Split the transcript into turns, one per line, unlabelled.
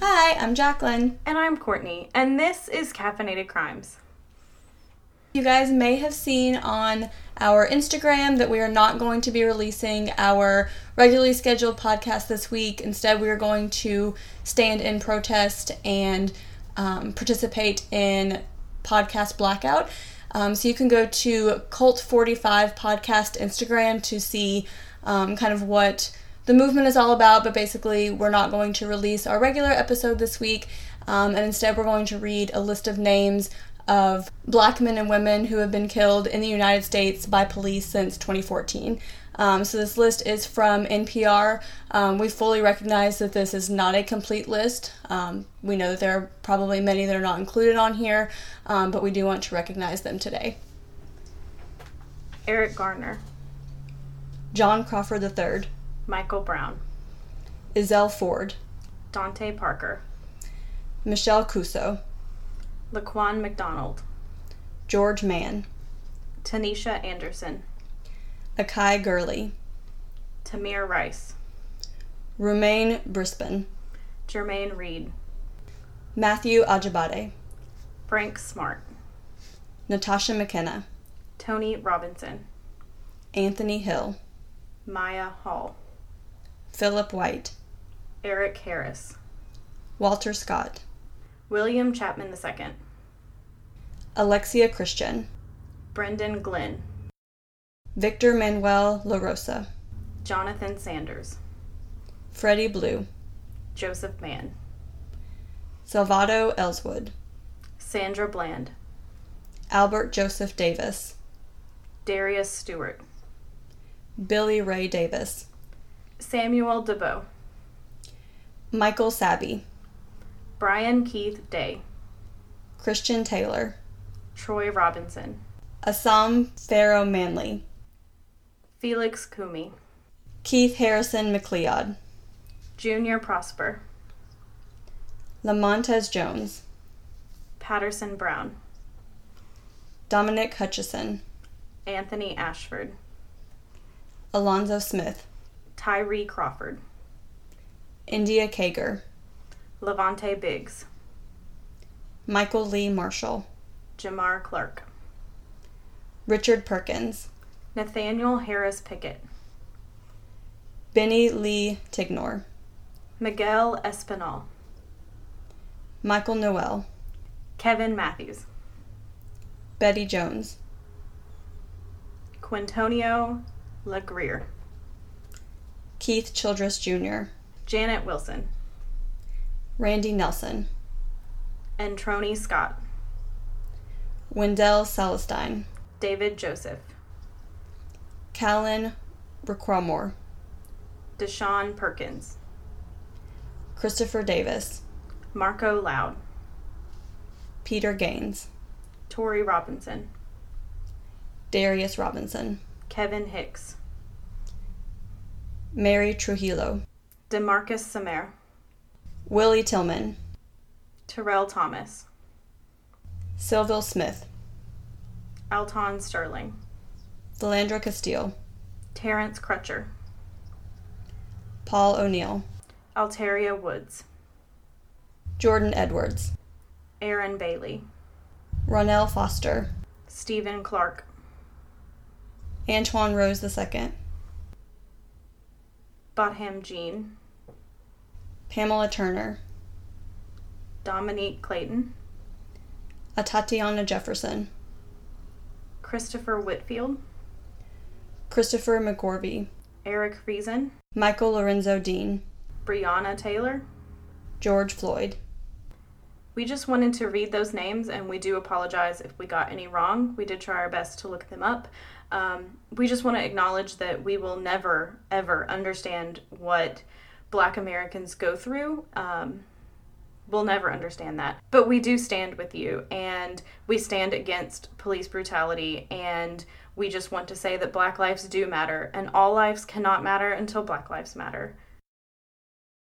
Hi, I'm Jacqueline.
And I'm Courtney, and this is Caffeinated Crimes.
You guys may have seen on our Instagram that we are not going to be releasing our regularly scheduled podcast this week. Instead, we are going to stand in protest and um, participate in podcast blackout. Um, so you can go to Cult45 Podcast Instagram to see um, kind of what the movement is all about, but basically, we're not going to release our regular episode this week, um, and instead, we're going to read a list of names of black men and women who have been killed in the United States by police since 2014. Um, so, this list is from NPR. Um, we fully recognize that this is not a complete list. Um, we know that there are probably many that are not included on here, um, but we do want to recognize them today.
Eric Garner,
John Crawford III,
Michael Brown,
Izelle Ford,
Dante Parker,
Michelle Cuso,
Laquan McDonald,
George Mann,
Tanisha Anderson,
Akai Gurley,
Tamir Rice,
Romaine Brisbane,
Jermaine Reed,
Matthew Ajibade,
Frank Smart,
Natasha McKenna,
Tony Robinson,
Anthony Hill,
Maya Hall,
Philip White,
Eric Harris,
Walter Scott,
William Chapman II,
Alexia Christian,
Brendan Glynn,
Victor Manuel LaRosa,
Jonathan Sanders,
Freddie Blue,
Joseph Mann,
Salvado Ellswood,
Sandra Bland,
Albert Joseph Davis,
Darius Stewart,
Billy Ray Davis,
Samuel DeBow,
Michael Sabby,
Brian Keith Day,
Christian Taylor,
Troy Robinson,
Assam Pharaoh Manley,
Felix Kumi,
Keith Harrison McLeod,
Junior Prosper,
Lamontes Jones,
Patterson Brown,
Dominic Hutchison,
Anthony Ashford,
Alonzo Smith,
Tyree Crawford,
India Kager,
Levante Biggs,
Michael Lee Marshall,
Jamar Clark,
Richard Perkins,
Nathaniel Harris Pickett,
Benny Lee Tignor,
Miguel Espinal,
Michael Noel,
Kevin Matthews,
Betty Jones,
Quintonio LaGreer,
Keith Childress Jr.,
Janet Wilson,
Randy Nelson,
and Trony Scott,
Wendell Celestine,
David Joseph,
Callan Requamore,
Deshaun Perkins,
Christopher Davis,
Marco Loud,
Peter Gaines,
Tori Robinson,
Darius Robinson,
Kevin Hicks,
Mary Trujillo,
Demarcus Samair,
Willie Tillman,
Terrell Thomas,
Sylville Smith,
Alton Sterling,
Philandra Castile,
Terrence Crutcher,
Paul O'Neill,
Alteria Woods,
Jordan Edwards,
Aaron Bailey,
Ronell Foster,
Stephen Clark,
Antoine Rose II,
Botham Jean,
Pamela Turner,
Dominique Clayton,
a Tatiana Jefferson,
Christopher Whitfield,
Christopher McGorvey,
Eric Friesen,
Michael Lorenzo Dean,
Brianna Taylor.
George Floyd,
We just wanted to read those names and we do apologize if we got any wrong. We did try our best to look them up. Um, we just want to acknowledge that we will never, ever understand what Black Americans go through. Um, we'll never understand that. But we do stand with you and we stand against police brutality and we just want to say that black lives do matter and all lives cannot matter until black lives matter.